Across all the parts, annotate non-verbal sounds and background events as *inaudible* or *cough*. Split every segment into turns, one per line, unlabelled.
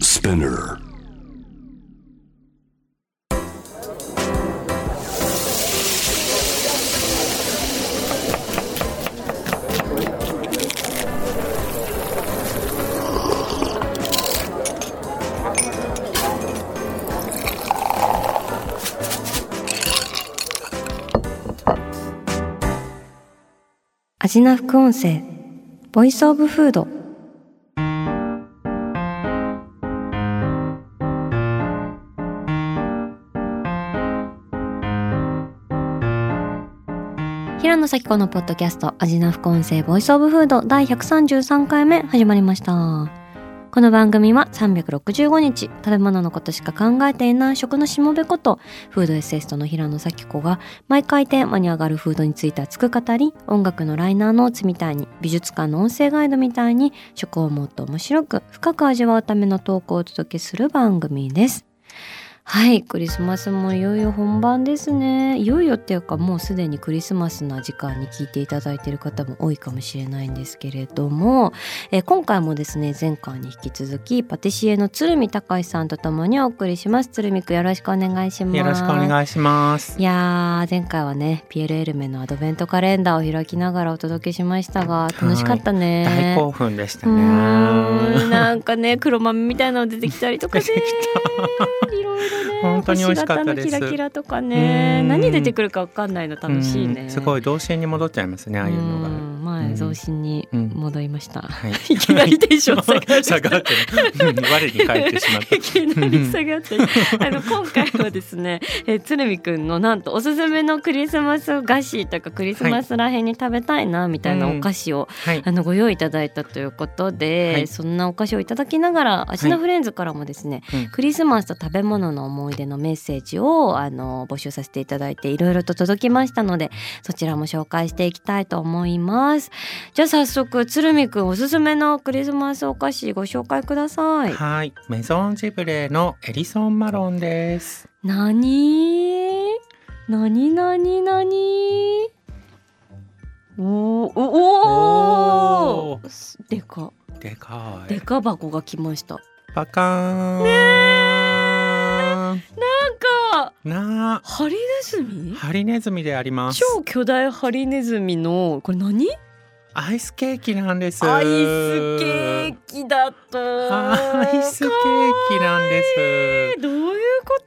Spinner.
アジナ副音声ボイスオブフード平野咲子のポッドキャストアジナ副音声ボイスオブフード第133回目始まりましたこの番組は365日食べ物のことしか考えていない食のしもべことフードエッセイストの平野咲子が毎回テーマに上がるフードについて熱く語り音楽のライナーノーツみたいに美術館の音声ガイドみたいに食をもっと面白く深く味わうための投稿をお届けする番組です。はいクリスマスもいよいよ本番ですねいよいよっていうかもうすでにクリスマスな時間に聞いていただいている方も多いかもしれないんですけれども、えー今回もですね前回に引き続きパティシエの鶴見隆さんとともにお送りします鶴見くんよろしくお願いします
よろしくお願いします。
いやー前回はねピエール・エルメのアドベントカレンダーを開きながらお届けしましたが
い
楽しかったね。
大興奮でした
う
ね
ーん。なんかね黒豆みたいなの出てきたりとかね
出て
いろいろね
本当に美味しかったです
星型のキラキラとかね
うん
何出てくるかわかんないの楽しい
うん
ね
すご
い
い童心に戻っちゃいますね。ああいうのが。
前増進に戻りました、
はい。
*laughs* いきなりテンション下がる
*laughs* 下がってる。うん我に返ってしまっ
*laughs* いきなり下が
*laughs*
ってあの今回はですね、えー、鶴見くんのなんとおすすめのクリスマス菓子とかクリスマスらへんに食べたいなみたいなお菓子を、
た。はい
あ。のご用意いただいたということで、
はい
そんなお菓子をいただきながらアシナフレンズからもですね、
うん
クリスマスと食べ物の思い出のメッセージをあの募集させていただいていろいろと届きましたのでそちらも紹介していきたいと思いますじゃあ早速鶴見くんおすすめのクリスマスお菓子ご紹介ください
はい。メゾンジブレのエリソンマロンです。
なになになになにおーおお
お
ーでか
でか
で
い。
か箱が来ました
バカ
な
ーン。
んか
なあ。
ハリネズミ
ハリネズミであります。
超巨大ハリネズミのこれ何
アイスケーキなんです。
アイスケーキだと
アイスケーキなんです。
どういうこ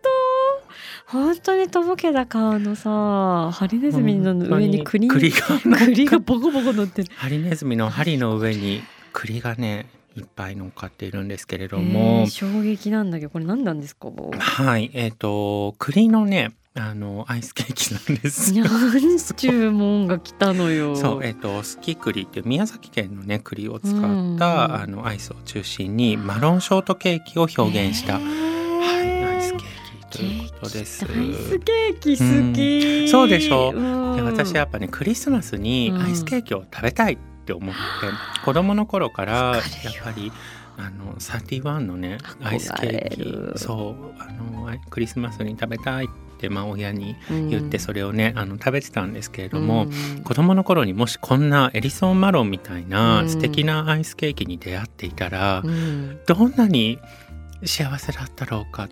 と本当にとぼけた顔のさハリネズミの上に栗
本当栗が
栗がボコボコ乗ってる
ハリネズミの針の上に栗がねいっぱい乗っかっているんですけれど
え
も
ー、衝撃なんだけどこれ何なんですか
はいえっ、と栗のねあのアイスケーキなんです。
何ちゅうもんが来たのよ
*laughs* そうえっ、とすき栗っていう宮崎県のね栗を使った、
うんうん
あのアイスを中心にマロンショートケーキを表現した、
え
はい
ー
アイスケーキということで
ケ
す。
ーキアイスケーキ好き、
うんそうでしょ
うん
で私やっぱねクリスマスにアイスケーキを食べたいって思って、子供の頃から
わ
やっ
かるよ
ぱりあの31のね
憧れる
アイスケーキそうあのあクリスマスに食べたいって、まあ、親に言ってそれをね、あの食べてたんですけれ
れ
ども、子供の頃にもしこんなエリソンマロンみたいうなん素敵なアイスケーキに出会っていたら、
うん
どんなに幸せだったろうか、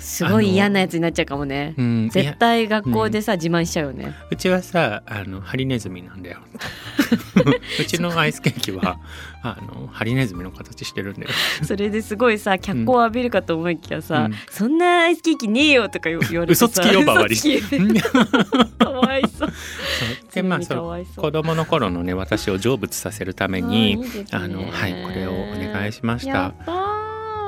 すごい嫌なやつになっちゃうかもね
うん、いや
絶対学校でさ、自慢しちゃうよね
うちはさあのハリネズミなん
*laughs*
だようちのアイスケーキはあのハリネズミの形して
*laughs*
るんだよ
それですごいさ脚光を浴びるかと思いきやさ、
うん
そんなアイスケーキねえよとか言われてさ
嘘つき呼ばわり
嘘つ
*laughs*
きかわいそう
でまあ
か
その
わいそう
子供の頃のね私を成仏させるため
あ
に
ーいいですね
あのはいこれをお願いしまし
や
た
ったー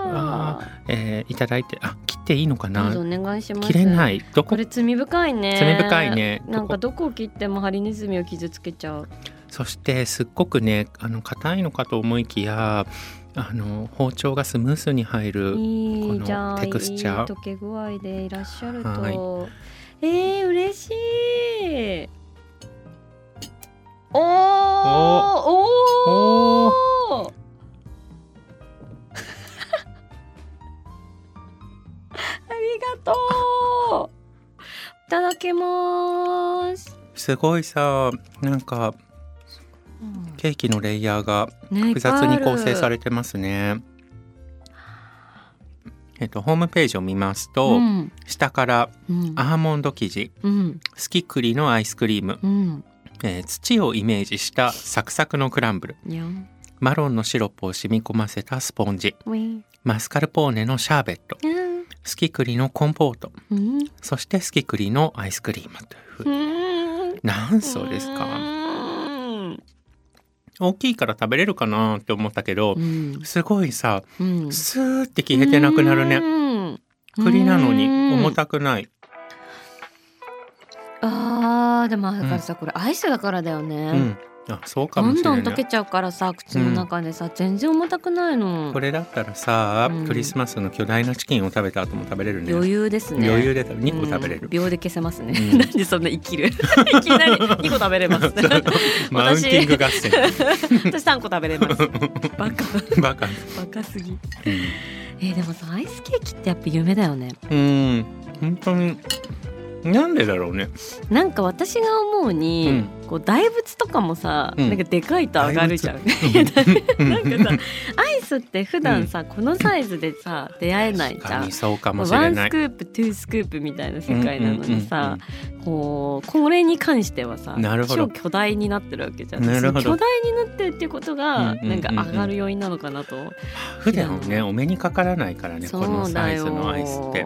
あえーいただいてあ切っていいのか
どう
な
ぞお願いします
切れないどこ
これ罪深いね
罪深いね
なんか
どこ
どこを切ってもハリネズミを傷つけちゃう
そしてすっごくねあの硬いのかと思いきやあの包丁がスムースに入るこ
いい
の
じゃん
テクスチ
いい
ャー
溶け具合でいらっしゃると、
はい
えー、嬉しいおーおおありがとういただきます、
すごいさなんかケーキのレイヤーが複雑に構成さ
れ
れてますね。えっと、ホームページを見ますと、
うん
下から
うん
アーモンド生地
うん
すき栗のアイスクリーム、
うん
えー土をイメージしたサクサクのクランブル
にゃ
マロンのシロップを染み込ませたスポンジ
ウィ
マスカルポーネのシャーベット
うん
すき栗のコンポート
うん
そしてすき栗のアイスクリームというふう
う
に
ん
*laughs* 何層ですか
うん
大きいから食べれるかなって思ったけど
うん
すごいさ
うん
スーって消えてなくなるね
ね
栗なのに重たくない
あーでもだからさ、これアイスだからだよ
う
ね、
んあそうか
ど
も
ん
しれ
ど
なんい
溶けちゃうからさ口の中でさ、全然重たくないの
これだったらさ、
うん
クリスマスの巨大なチキンを食べた後も食べれるね
余裕ですね
余裕で食べ2個食べれ
う
る
ん、秒で消せますね、
うん
なんでそんな生きる *laughs* いきなり2個食べれ
*laughs*
ます
マウンティング合戦
私3個食べれますバカ
バカ
バカすぎ
う
えーでもさアイスケーキってやっぱ夢だよね
ん、うん、本当になんでだろうね
なんか私が思うに、こう大仏とかもさ、
うん
なんかでかいと上がるじゃんなんかさアイスって普段さ、このサイズでさ出会えないじ
確か
ゃん
にそうかもし
ワ
れ
ン
な
ス
い
クープトゥースクープみたいな世界なのにさ、こうこれに関してはさ
なるほ
超
ど
巨大になってるわけじゃん
なるほど
その巨大になってるっていうことが、
うんうんうんうん
なんか上がる要因なのかなと、
普段ねお目にかからないからねこの
そう
サ
だ
イズ
よ
のアイスって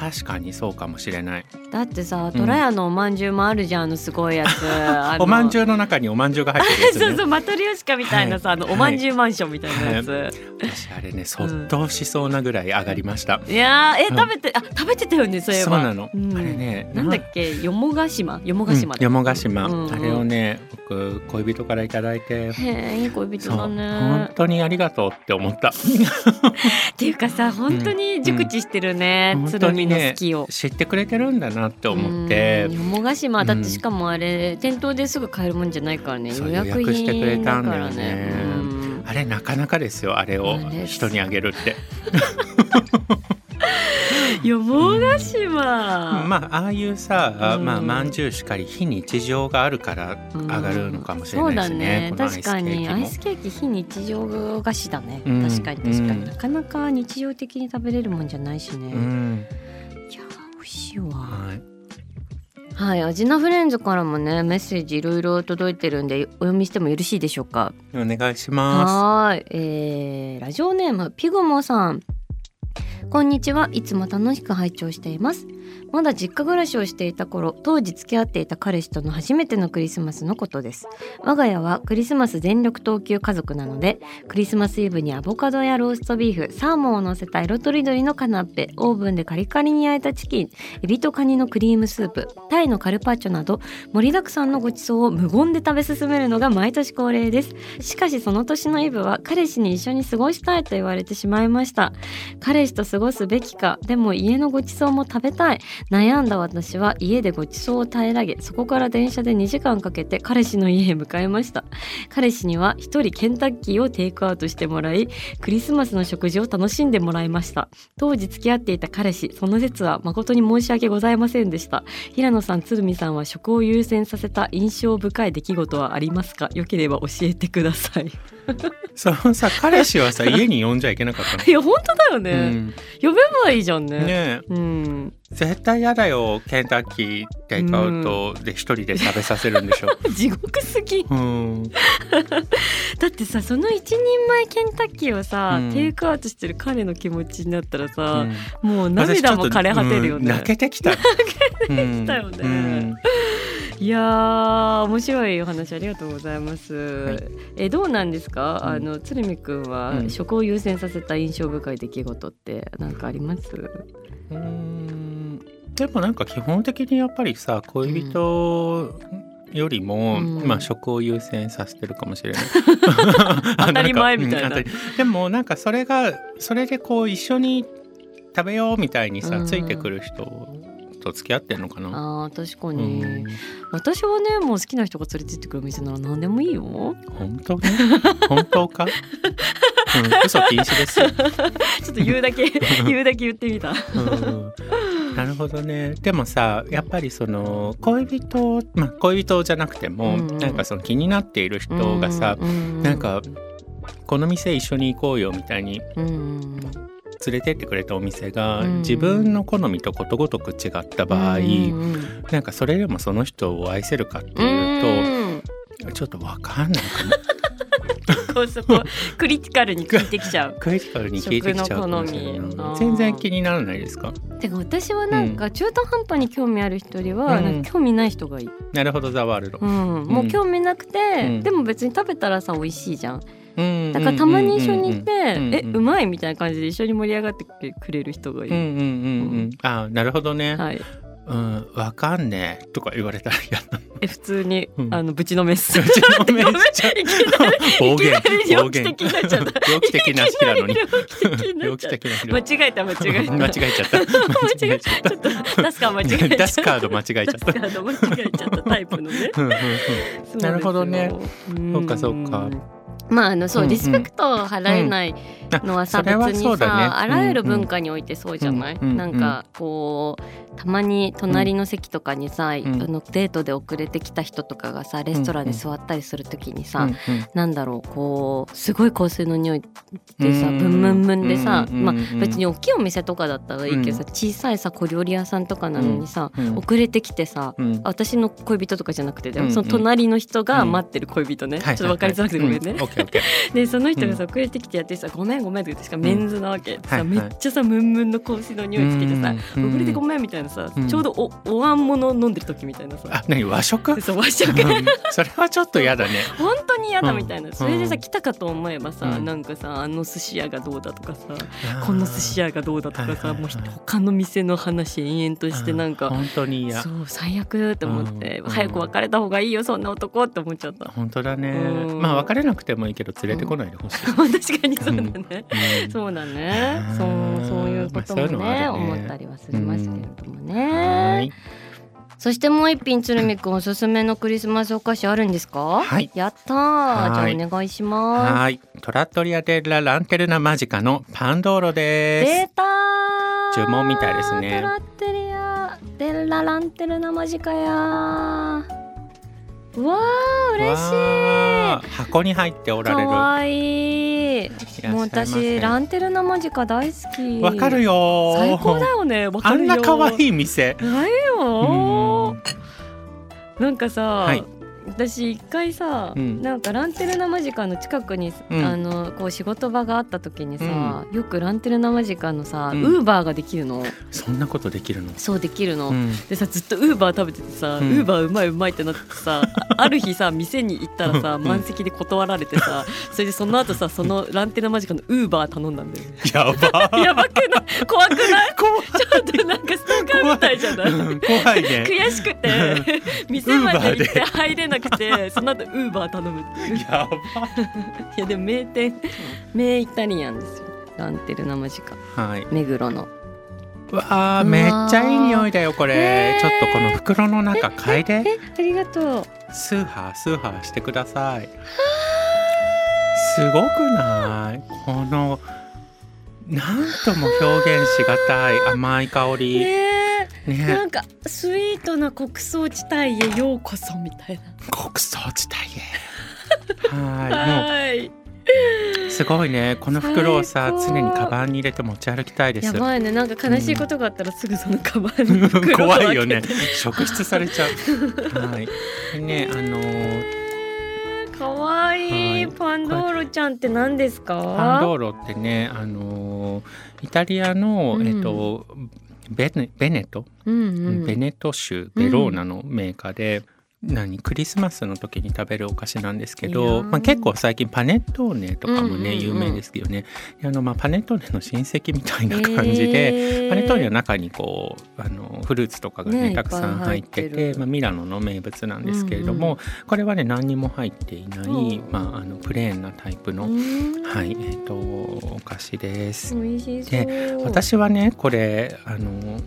確かにそうかもしれない
だってさ
うん
トラヤのおまんじゅうもあるじゃんあのすご
*laughs*
いやつあの
おまんじゅうの中におまんじゅうが入ってる
*laughs* そ
や
うそ
つね
うマトリオシカみたいなさ、
はい
あのおまんじゅうマンションみたいなやつ、
私あれねそっとしそうなぐらい上がりました
い、やーえ
うん
食べてあ食べてたよねそういえ
そう
ば
なの
うん
あれね
なんだっけよもが島よもが島
うん
だ、
よもが島、
うんうん
あれをね僕恋人からいただいて
へえいい恋
そ
人
う
だね
本当にありがとうって
*laughs*
思った
っていうかさ本当に熟知してるね、
うん
鶴見の好きを。
知ってくれてるんだなって思って
うんよもが島だっ
う
て
ん
しかもあれ店頭ですぐ買えるもんじゃないからね
そ
予
う
約
予約してくれ
品
た
だ
ん
か
だよ
らね
ね。
うん
あれなかなかですよあれを
あれ
人にあげるって
よもが島、
まあああいうさ、
うん
まあまんじゅうしかり非日常があるから上がるのかもしれないですね,、
そう
この
だね確
アイスケー
か
キ
にアイ
も
スケーキ非日常菓子だね、
うん
確かに確かに、
うん
なかなか日常的に食べれるもんじゃないしね、
うん
いやー美味しいわ
はい、
はいアジナフレンズからもねメッセージいろいろ届いてるんでお読みしてもよろしいでしょうか
お願いしま
はーい、えーラジオネームピグモさんこんにちはいつも楽しく拝聴していますまだ実家暮らしをしていた頃当時付き合っていた彼氏との初めてのクリスマスのことです我が家はクリスマス全力投球家族なのでクリスマスイブにアボカドやローストビーフサーモンを乗せた色とりどりのカナッペオーブンでカリカリに焼いたチキンエビとカニのクリームスープタイのカルパッチョなど盛りだくさんのごちそうを無言で食べ進めるのが毎年恒例ですしかしその年のイブは彼氏に一緒に過ごしたいと言われてしまいました彼氏と過ごすべきかでも家のごちそうも食べたい悩んだ私は家でごちそうを平らげそこから電車で2時間かけて彼氏の家へ向かいました彼氏には一人ケンタッキーをテイクアウトしてもらいクリスマスの食事を楽しんでもらいました当時付き合っていた彼氏その説は誠に申し訳ございませんでした平野さん鶴見さんは食を優先させた印象深い出来事はありますかよければ教えてください
すそのさ彼氏はさ家に呼んじゃいけなかったの
*laughs* いや本当だよね、
うん、
呼べばいいじゃんね
ねえ
うん、
絶対嫌だよケンタッキーテイクアウトで一人で食べさせるんでしょ、
地獄すぎ
*laughs* うん、
だってさその一人前ケンタッキーをさ、
うん
テイクアウトしてる彼の気持ちになったら
う
さ、
ん
もう涙も枯れ果てるよ
うん
ね、
泣けてきた。泣けてき
たよねいやー面白いお話ありがとうございます、
い
えどうなんですか、
うん
あの鶴見くん
う
は
ん
食を優先させた印象深い出来事って何かあります、
うんでもなんか基本的にやっぱりさ恋人より
う
も、
ん
まあ食を優先させてるかもしれない。
*laughs* 当たり前みたいな
うん当りでもなんかそれがそれでこう一緒に食べようみたいにさ、
うん
ついてくる人と付き合ってんのかな。
あー確か
う
に、
ん
私はねもう好きな人が連れてってくる店なら何でもいいよ
本当ね本当
*laughs*
か、うん、嘘禁止ですよ、
ちょっと言うだけ言うだけ言ってみた
うん、なるほどねでもさやっぱりその恋人、まあ、恋人じゃなくても、
うん
なんかその気になっている人がさ、
うん
なんかこの店一緒に行こうよみたいに
うん
連れてってくれたお店が
うん
自分の好みとことごとく違った場合、
うん
なんかそれでもその人を愛せるかって
う
いうんと、ちょっとわかんないかも。
こうそこクリティカルに聞いてきちゃう
クリティカルに聞いてきちゃうかもしれ
食の好
な
み
い全然気にならないですか
てか私はなんか中途半端に興味ある人よりは、
うん
なんか興味ない人がいい。
なるほどザワールド
う、ん、もう興味なくて、
うん
でも別に食べたらさ美味しいじゃん。
うん
だからたまに一緒に行って、
うん
え
うん
うまいみたいな感じで一緒に盛り上がってくれる人がいい。
うんうんうんうんうんあなるほどね、
はい。
うんわかんねえとか言われたら嫌な
え普通に、
うん
あのぶちのめっす。
ぶちのめっす
*laughs* ごめんいきなり
暴言
いきなり
暴
猟奇
言 *laughs*
的になっちゃった。
猟奇的な日なのに
いきり猟奇的にな
猟
っち
奇
ゃった
的な日
間違えた間違えた。
間違えちゃ *laughs* った
間違えちゃった。ちょっと出すか間違えちゃった。
出すカード間違えちゃった
出すカード間違えちゃったタイプの *laughs* ね。
うんうんうん
そうですよ
なるほどね。
ん
そうかそうか。
まああのそう、
うんうん
リスペクトを払えないのはさ、
うんあそれは
別
そ
に
うだね
さ、あらゆる
うんうん
文化においてそうじゃない、
うんうん
なんかこうたまに隣の席とかにさ、
ん
あのデートで遅れてきた人とかがさレストランで座ったりするときにさ、
うんうん
なんだろうこうすごい香水の匂いでさ
うん
ブンブンブンでさ、
うん
まあ、別に大きいお店とかだったらいいけどさ、小さいさ小料理屋さんとかなのにさ、
うん
遅れてきてさ
うん
私の恋人とかじゃなくてだよ
うんうん
その隣の人が待ってる恋人ね、
はいはい
ちょっと分かりづらくてごめんね、
うオッケーオッケー
でその人がさ遅れてきてやってさ「ごめんごめん」って言ってしかメンズなわけ、さ
はい
めっちゃさムンムンの香水の匂いつけてさ、
うん
遅れてごめんみたいなさ、
うん
ちょうどおお椀物飲んでる時みたいなさ
あ何和
*laughs*
食
そう和
*laughs*
食
うんそれはちょっと嫌だね
本当に嫌だみたいな、それでさ来たかと思えばさ、
うん
なんかさあの寿司屋がどうだとかさ、この寿司屋がどうだとかさ、
はいはいはい
もう他の店の話延々としてなんか、
本当に嫌
そう最悪って思って、
うん
早く別れた方がいいよそんな男って思っちゃった。
本当だね
うん
まあ別れなくてもいいけど連れてこないでほしい
*laughs* 確かにそうだね。
うん
そうだね。そうそういうこと
まあそうい
も
うのもあ
ね
るね
思ったりはするますけれども
は
ね。
い
そしてもう一品鶴見くんおすすめのクリスマスお菓子あるんですか？
はい
やったー。
は
じ
い
ゃあお願いします。
はいトラットリア・デ・ラ・ランテルナ・マジカのパンドーロで
出
す
たー
呪文みたいですね
トラッテリアデラランテルナマジカやーうわー嬉
わ
し
ー箱に入ってお
い
られ
か
る
わいい
いらっしゃい
もう
ませ
私ランテルナマジカ大好き
わかるよー
最高だよねわか
あ
る
ん
よ
な可愛い店
だよーなんかさ、
はい
私一回さ、
うん
なんかランテルナマジカの近くに、
うん
あのこう仕事場があった時にさ、よくランテルナマジカのさ、
うん
ウーバーができるの
そんなことできるの
そうできるの、
うん
でさずっとウーバー食べててさウ
うん
ーバーうまいうまいってなってさ
*laughs*
ある日さ店に行ったらさ
うん
満席で断られてさそれでその後さそのランテナマジカのウーバー頼んだんだよね *laughs*
やばー
やばくない怖くないちょっとなんかストーカーみたいじゃない
うん怖いね
悔しくて店まで行って入れなくてその後ウーバー頼むっていう
や
いやでも名店名イタリアンですよランテルナマジカ
ばはい
目黒の
わあめっちゃいい匂いだよこれ、
ねえ
ちょっとこの袋の中嗅いで
えありがとう
スーハースーハーしてくださいすごくないこのなんとも表現しがたい甘い香りね
ねえなんかスイートな穀倉地帯へようこそみたい
国草地帯へ
な。
はいも
いう
すごいねこの袋をさ
最高
常にカバンに入れて持ち歩きたいで
や
す
ばいねなんか悲しいことがあったらすぐそのカバンに袋を
*laughs* 怖いよ
開
ね
けて。
職質されちゃうはいでねあのー
可愛い
はい
パンドーロちゃんって何ですか？
パンドーロってね、あのーイタリアの、
うん
えっとベネベネト、
うんうん。
ベネト州ベローナのメーカーで、何クリスマスの時に食べるお菓子なんですけ
いいな
ど、
ー
まあ、結構最近パネットーネとかもね、
うんうんうん
有名ですけどねであの、まあ、パネットーネの親戚みたいな感じで。
えー
パネットーネの中にこうあのフルーツとかがね
ね
たくさん入って
いっぱい
て
入ってる
まあ、ミラノの名物なんですけれども、
うん
これはね何にも入っていな
う
い、
ん
まあ、あのプレーンなタイプの
うん
はい、えっ、と、お菓子です。
美味しそう。
私はね、これ、あの。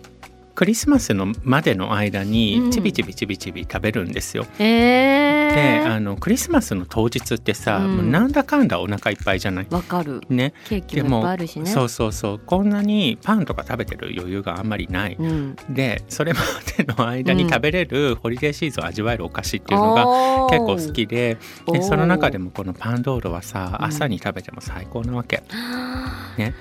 クリスマスのまでの間
うん
にちびちびちびちび食べるんですよ。で
え
あのクリスマスの当日ってさ、
うん
もうなんだかんだお腹いっぱいじゃない
ー、わかる。
ね
ケーキもいっぱいあるしね。
そうそうそうこんなにパンとか食べてる余裕があんまりない
うん。
でそれまでの間に食べれるホリデーシーズンを味わえるお菓子っていうのが
が
結構好きででその中で
も
もこのパンドーロはさ
うん
朝に食べても最高なわけ。ね
ね。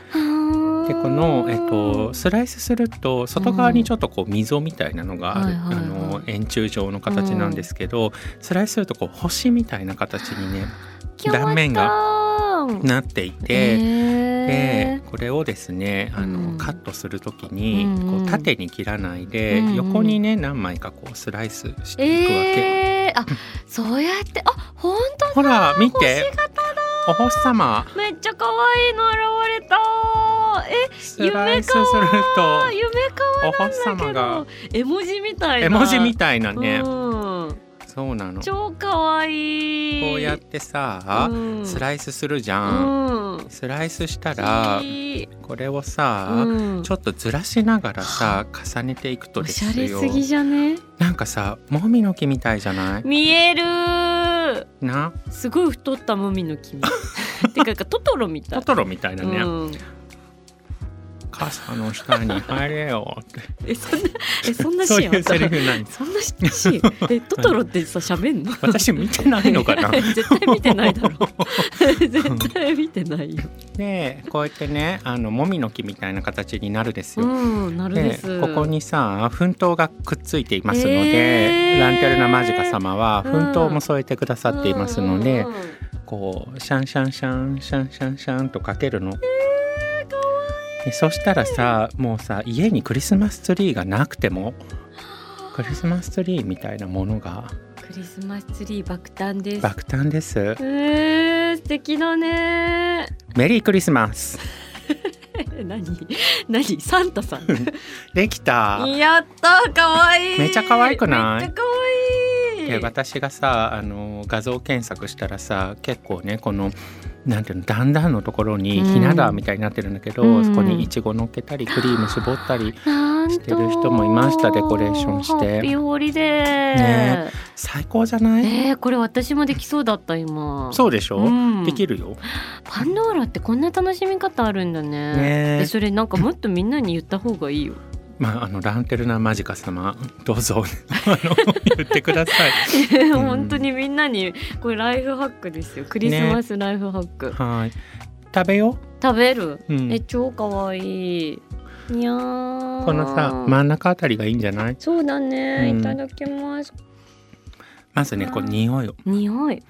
でこの、えっと、スライスすると外側にちょっとこう溝みたいなのがある、
うんはいはいはい
あの円柱状の形なんですけど、スライスするとこう星みたいな形にね断面が
が
なっていて。で
え
これをですねあの、
うん
カットするときに、
うんうん
こう縦に切らないで、
うんうん
横にね何枚かこうスライス
ー、
していくわけ。
えー、あそうやってあ本当
ほら見
星
てお星様
めっちゃ可愛いの現れたえ
ス
夢
ライスする
あー
と
夢
お星
可愛いんだ
様
け
が
ど絵文字みたいな
絵文字みたいな
たう
ね、
ん、
そうなのこ
超可愛いこ
うやってさ、
うん、
スライスするじゃん、
うん
スライスしたらこれをさ、
うん、
ちょっとずらしながらさ重ねていくと
お
で
し
す
ゃれ
よ
すぎじゃね
なんかさもみの木みたいじゃない
見える
な
すごい太ったもみの木てか
*laughs*
なんかトトロみた
ト
い
トロみたいなね、
うん、
傘の下に入れよって
えそ
*laughs*
んなえそんなシ
そう
ーン
い
あ
う
った
セリフない
そんなシーンえトトロってさ喋んの
私見てないのか
*laughs*
な
絶対見てないだ
*laughs*
ろ絶対見てないよ
でこうやってねあのもみの木みたいな形になるです
う
よ。
んなるで
ですここにさ粉糖がくっついていますの
え
で、
ー
ランテルナマジカ様は
う
粉
ん
糖も添えてくださっていますので、
うんうんうん
こうシャンシャンシャンシャンシャンシャンとかけるの。でそしたらさもうさ家にクリスマスツリーがなくてもクリスマスツリーみたいなものが
クリスマスツリー爆誕です
爆誕です。
えー、素敵だね
メリークリスマス
何何サンタさん
できた
やった可愛い
めっちゃ可愛くな
め
い
っちゃ可愛い
で私がさあの画像検索したらさ結構ねこのなんていうの段々のところに
うん
ひな壇みたいになってるんだけど、
うん
そこにいちご乗っけたりクリーム絞ったり
なんと
してる人もいましたデコレーションして
ハッピーホリデー
ね最高じゃない、
えー、これ私もできそうだった今
そうでしょ、
うん
できるよ
パンドーラってこんな楽しみ方あるんだね
ね
えそれなんかもっとみんなに言った方がいいよ
まああのランテルナマジカ様どうぞあの言ってくださ
*laughs*
い
本当にみんなにこれライフハックですよクリスマスライフハック、
はい食べよ
食べる
う、うん
え超可愛いいやー
このさ真ん中あたりがいいんじゃない
そうだね、
うん
いただきます
まずねこう匂いを
匂い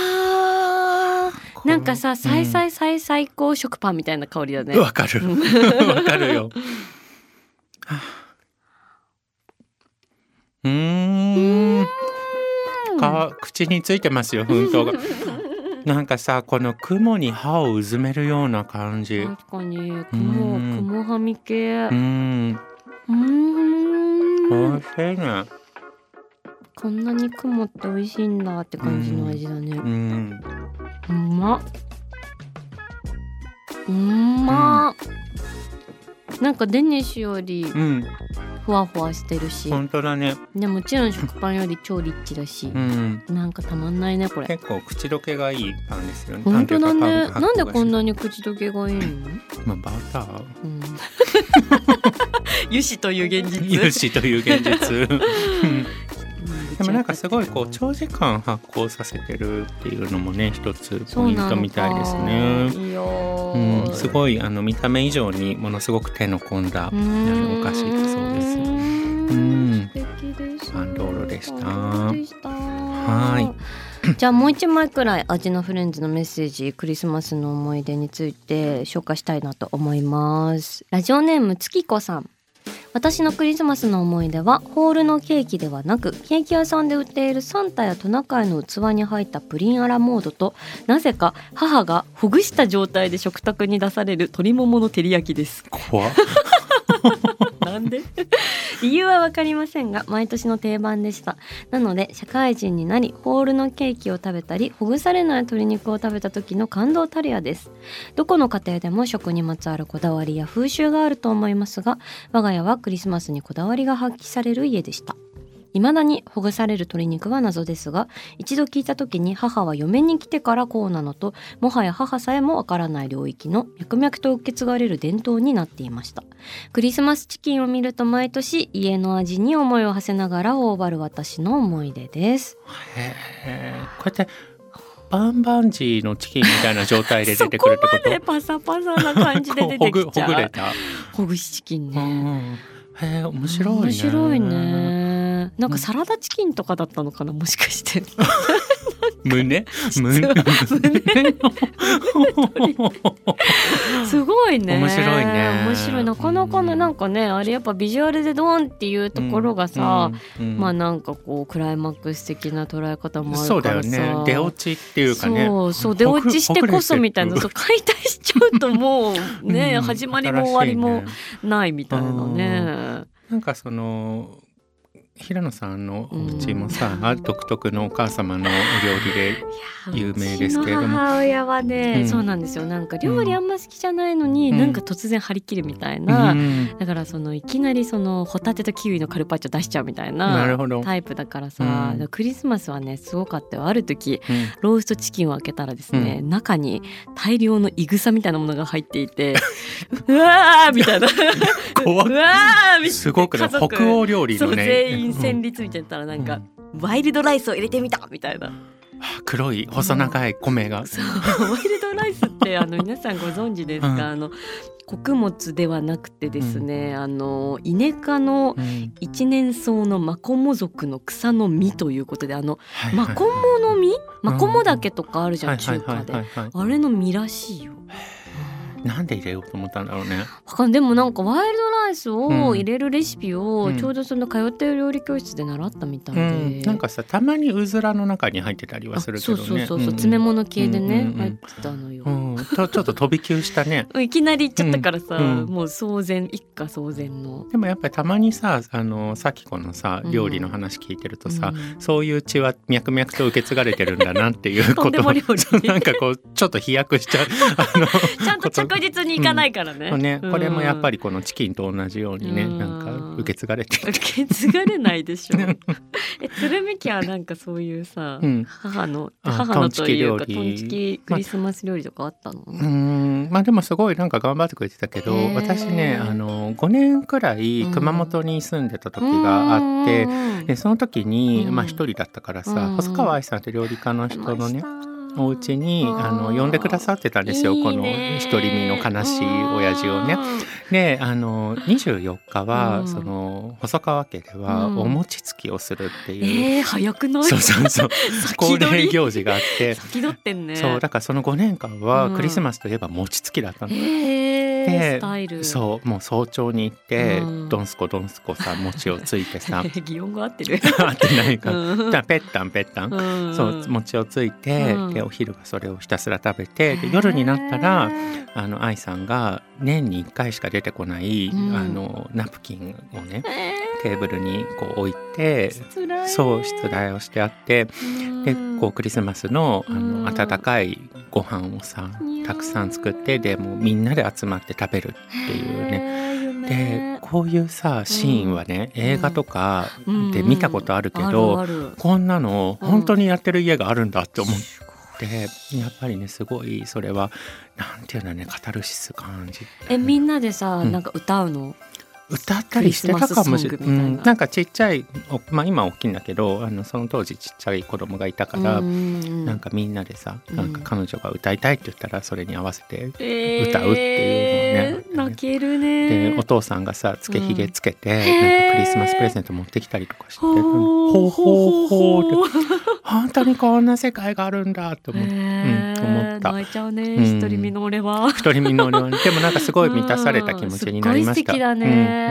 あーなんかさ、さいさ
い
いさい最高食パンみたいな香りだね。
わかる
*laughs*
わかるよ。はあうーん、か口についてますよ、粉
*laughs*
糖が。なんかさ、この雲に歯をうずめるような感じ。う
確かに雲
うん
雲はみ系
ーん、
うー
美
ん
味しいね。
こんなに雲って美味しいんだって感じの味だね
うーん、
うまっうまっなんかデニッシュより
うん、
ふわふわしてるし
本当だね。
でもちろん食パンより超リッチだし
うん、
なんかたまんないねこれ
結構口どけがいいパンですよね。
本当だね
パン
なん
と
で
いうか
こん。なに口どけがいいの
パンまあ、バタ
*laughs*
ー。 *laughs*
うん、油脂という現
有志という現実。うんでもなんかすごいこう
ょ
長時間発酵させてるっていうのもね一つポイントみたいですね。
いいよ
う
ー、
ん、すごいあの見た目以上にものすごく手の込んだ
うーん
あのお菓子だそうです
うん素敵です
パンロールでした
パンロールでした
は
*coughs* じゃあもう一枚くらい味のフレンズのメッセージクリスマスの思い出について紹介したいなと思いますラジオネーム月子さん私のクリスマスの思い出はホールのケーキではなくケーキ屋さんで売っているサンタやトナカイの器に入ったプリンアラモードとなぜか母がほぐした状態で食卓に出される鶏ももの照り焼きです
怖っ
*laughs* なんで理由はわかりませんが毎年の定番でしたなので社会人になりホールのケーキを食べたりほぐされない鶏肉を食べた時の感動たるやですどこの家庭でも食にまつわるこだわりや風習があると思いますが我が家はクリスマスにこだわりが発揮される家でした未だにほぐされる鶏肉は謎ですが一度聞いた時に母は嫁に来てからこうなのともはや母さえもわからない領域の脈々と受け継がれる伝統になっていましたクリスマスチキンを見ると毎年家の味に思いを馳せながら頬張る私の思い出です
へえこうやってバンバンジーのチキンみたいな状態で出てくるってこと
で *laughs* パサパサな感じで出て
ほぐ
きち
ほ
ゃ
ぐれ
う。
た、
ほぐしチキン
う
ね。
ん、へえ面白いね
面白いね。なんかサラダチキンとかだったのかなもしかして。
胸
実は
胸の
すごいね。
面白いね
面白いなかなかの
うん
なんかねあれやっぱビジュアルでドーンっていうところがさ、
うんうん
まあなんかこうクライマックス的な捉え方もあ
そう
る
だ
か
よ
らさ。
ね出落ちっていうかね
そうそう出落ちしてこそみたいなそう解体しちゃうともうね、
*laughs* うん
始まりも終わりも
新しいね
ないみたいなね。
なんかその平野さんのお家もさ、あ独特のお母様のお料理で
いや
有名ですけれども
うちの母親はね、
うん
そうなんですよなんか料理あんま好きじゃないのに、
うん
なんか突然張り切るみたいな、
うん
だからそのいきなりそのホタテとキウイのカルパッチョ出しちゃうみたい
なる
な
ほど、
タイプだからさ、
うん
クリスマスはねすごかったよある時 *laughs*
うん
ローストチキンを開けたらですね、
う
中に大量のイグサみたいなものが入ってい
*laughs*
てうわーみたいな
怖っ
うわーみたいな
すごくね
家族
北欧料理
そ
の
う
ね
全員
う
戦
ん
慄みたいになったらなん
う
か、ワイルドライスを入れてみたみたいな
あ黒い細長い米が、
そうワイルドライスってあの皆さんご存知ですか、
うん
あの穀物ではなくてですね、あのイネ科の
うん
一年草のマコモ属の草の実ということであの
はいはい
マコモの実
うん
マコモだけとかあるじゃん、
はいはい
中
はい
華で、
はいはい
あれの実らしいよ。
なんで入れようと思ったんだろうね。
わかんでもなんかワイルドライス
う
を
ん
入れるレシピを
うん
ちょうどその通ってる料理教室で習ったみたいで、
うん、なんかさたまにうずらの中に入ってたりはするけどね。
あそうそうそうそう、
ん
詰め物系でね、
うんうんうん
入ってたのよ、
うん、とちょっと飛び級した
*laughs*
ね。
いきなり行っちゃったからさ、
うんうん
もう騒然一家騒然の。
でもやっぱりたまにさあの咲子のさ
うん
料理の話聞いてるとさ、
うん
そういう血は脈々と受け継がれてるんだなっていうこ
と
と
んでも料理
そうなんかこうちょっと飛躍
*laughs*
しちゃうあの
ちゃんと着実にいかないからね。
そうね、これもやっぱ
り。
りこのチキンと同じようにね、
うん
なんか受け継がれてる
受け継がれないでしょ。え鶴見家はなんかそういうさ、
うん
母の
あ
母のというか
トンチキ料理
トンチキクリスマス料理とかあったの？
うーんまあでもすごいなんか頑張ってくれてたけど
へー
私ねあの5年くらい熊本に住んでた時があって、でその時に、
うん
まあ一人だったからさ、
うん
細川愛さんって料理家の人のねお家に
あー
あの呼んでくださってたんですよこの一人身の悲しい親父をね。であの24日は、
うん
その細川家では
うん
お餅つきをするっていう、
えー、早くない？
そうそうそう恒
先取
例
り。
行事があって
先取ってんね。
そうだからその5年間は
うん
クリスマスといえば餅つきだったの。
えー、
で
スタイル。
そうもう早朝に行って、
うん
どんすこどんすこさ餅をついて
*laughs*
さ *laughs*
擬音が合ってる。
会ってないから、
うん
だからペッタンペッタン、
うん
そう餅をついて、
うん
でお昼はそれをひたすら食べてで夜になったら
へ
あの愛さんが年に1回しか出てこない、
うん
あのナプキンを
ー
ねテーブルにこう置いて
失礼
そう出題をしてあってでこうクリスマスのあ
うん
の温かいご飯をさ
いやー
たくさん作ってでもうみんなで集まって食べるっていうね。
ね
でこういうさシーンはね、
ん
映画とかで見たことあるけど、
あるある
こんなの
うん
本当にやってる家があるんだって思って、やっぱりねすごいそれはなんていうんだろうねカタルシス感じ
えみんなでさ、
うん
なんか歌うの
歌ったりしてたかもしれ
クリ
な
スマスソング
い、
み
う、
たいなん
なんかちっちゃい、おまあ、今は大きいんだけどあのその当時ちっちゃい子供がいたから、
うん
なんかみんなでさ、
うん
なんか彼女が歌いたいって言ったらそれに合わせて、
歌
うっていうのね
泣ける
で
ね
お父さんがさつけひげつけて、
へー
なんかクリスマスプレゼント持ってきたりとかして、
ほう
ほうほうほうって
ほう
本当にこんな世界があるんだって思って
へー
うん思った
泣いちゃうね、
うん
一人身の俺は
一人身の俺はねでもなんかすごい満たされた気持ちになりました。
うんすっごい素敵だね、
うんうん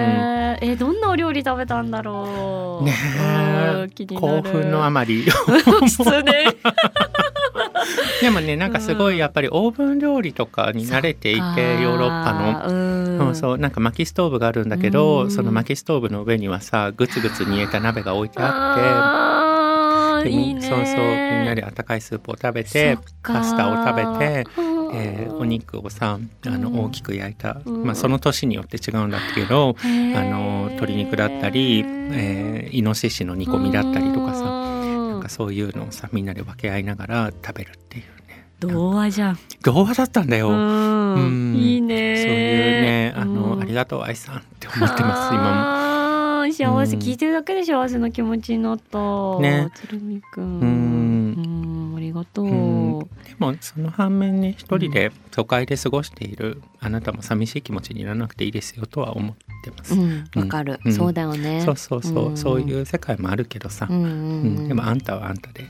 えどんなお料理食べたんだろう
ねえ
うん気にな
興
る
奮のあまり *laughs*
*laughs* 失礼
でもねなんかすごいやっぱりオーブン料理とかに慣れていてヨーロッパ
の
の。そうそうなんか薪ストーブがあるんだけど、
うん
その薪ストーブの上にはさグツグツ煮えた鍋が置いてあ
あ
っ
ー
てでみ
いいね
そうそうみんなで温かいスープを食べて
そっ、か
パスタを食べて、
うん
えーお肉をさあ
うん
の大きく焼いた、
うん
まあ、その年によって違うんだけど、
へー
あの鶏肉だったり、えーイノシシの煮込みだったりとかさ、
うん
なんかそういうのをさみんなで分け合いながら食べるっていうね
童話じゃん、
童話だったんだよ、
うん
うん
いい
そう
ね
いうねあの、
うん
ありがとう愛さんって思ってます
あ
今も。
ー幸せ、
うん
聞いてるだけで幸せな気持ちになった。
ね
つるみくん。
うん
うんありりがとう。
うんでもその反面ね一人で都会で過ごしているあなたも寂しい気持ちにならなくていいですよとは思ってます。
うん、わかる、
うん
そうだよね。
そうそうそう、
うん
そういう世界もあるけどさ、
うんう
うん
んうん
でもあんたはあんたで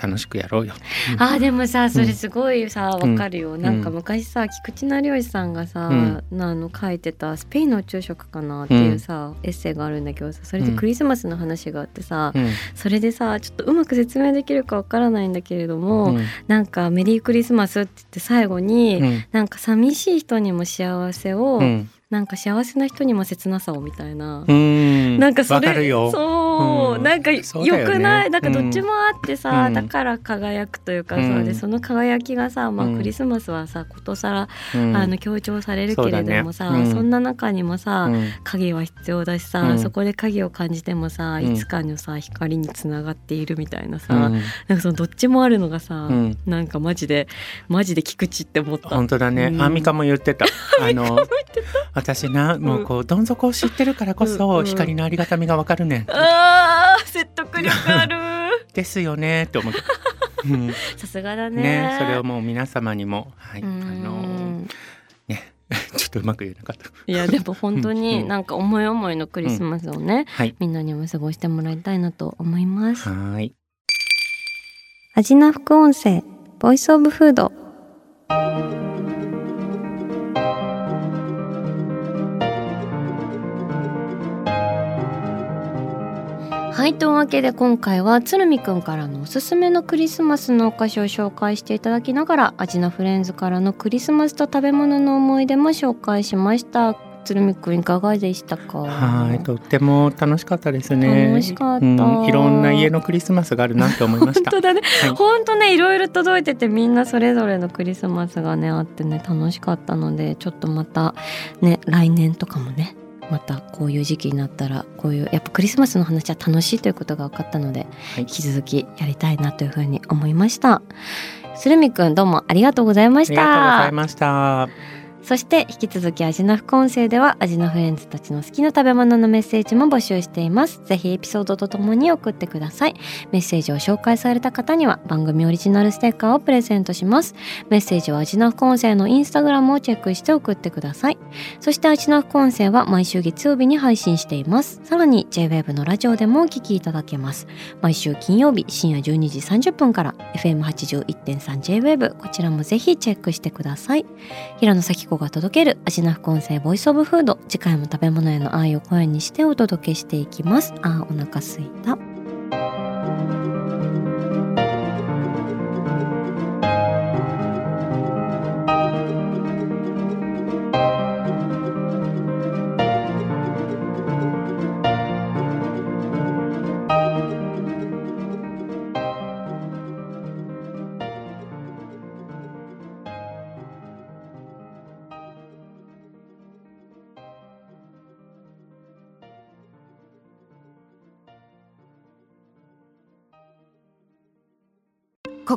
楽しくやろうよ。
あでもさそれすごいさわ、
うん
かるよなんか昔さ菊池成吉さんがさ、
うん
あの書いてた「スペインの宇宙食かな」っていうさ、エッセイがあるんだけどさそれでクリスマスの話があってさ、
うん
それでさちょっとうまく説明できるかわからないんだけれども、
うん
なんか「メリークリスマス」って言って最後に、
うん
なんか寂しい人にも幸せを、
うん
なんか幸せな人にも切なさをみたいな。
うん
なんかそ
わ
れ
かるよ。
そう、
うん
なんかよ
そうだよね
くない、なんかどっちもあってさ、
うん
だから輝くというかさ、
うん
でその輝きがさ、まあ
うん
クリスマスはさことさら、
うん
あの強調されるけれどもさ
そ
そ,、
うだねうん
んな中にもさ、
うん
影は必要だしさ、
うん
そこで影を感じてもさ、
うん
いつかのさ光につながっているみたいなさ、
うん
なんかそのどっちもあるのがさ、
うん
なんかマジでマジで菊池って思った。
本当だね、
うん
アンミカも言
*laughs*
ってたあの私なもうこうどん底を知ってるからこそ、
うん
光のありがたみがわかる
*laughs*
ねん
あー説得力ある
*laughs* ですよねっ
*laughs*
て思って、うんね
さすがだね
それをもう皆様にもはいあの
の
ちょっとうまく言えなかった
いや *laughs* でも本当
うんう
に
ん
なんか思い思いのクリスマスをね、
はい
みんなにも過ごしてもらいたいなと思います
は。ーい
アジナ副音声ボイスオブフードはいというわけで今回は鶴見くんからのおすすめのクリスマスのお菓子を紹介していただきながらアジナフレンズからのクリスマスと食べ物の思い出も紹介しました鶴見くんいかがでしたか
はいとっても楽しかったですね
楽しかった
うん、いろんな家のクリスマスがあるなって思いまし
本
た
当だね
はい
本当ねいろいろ届いててみんなそれぞれのクリスマスがねあってね楽しかったのでちょっとまたね来年とかもねまたこういう時期になったらこういうやっぱクリスマスの話は楽しいということが分かったので、
い
引き続きやりたいなというふうに思いました鶴見くんどうもありがとうございま
あ
し
りがとうござ
た
いました
そして引き続きアジナ副音声ではアジナフレンズたちの好きな食べ物のメッセージも募集していますぜひエピソードとともに送ってくださいメッセージを紹介された方には番組オリジナルステッカーをプレゼントしますメッセージはアジナ副音声のインスタグラムをチェックして送ってくださいそしてアジナ副音声は毎週月曜日に配信していますさらに JWAVE のラジオでもお聞きいただけます毎週金曜日深夜12時30分から FM81.3JWAVE こちらもぜひチェックしてください平野咲子が届けるアジナ副音声ボイスオブフード次回も食べ物への愛を声にしてお届けしていきますあーお腹すいた
こ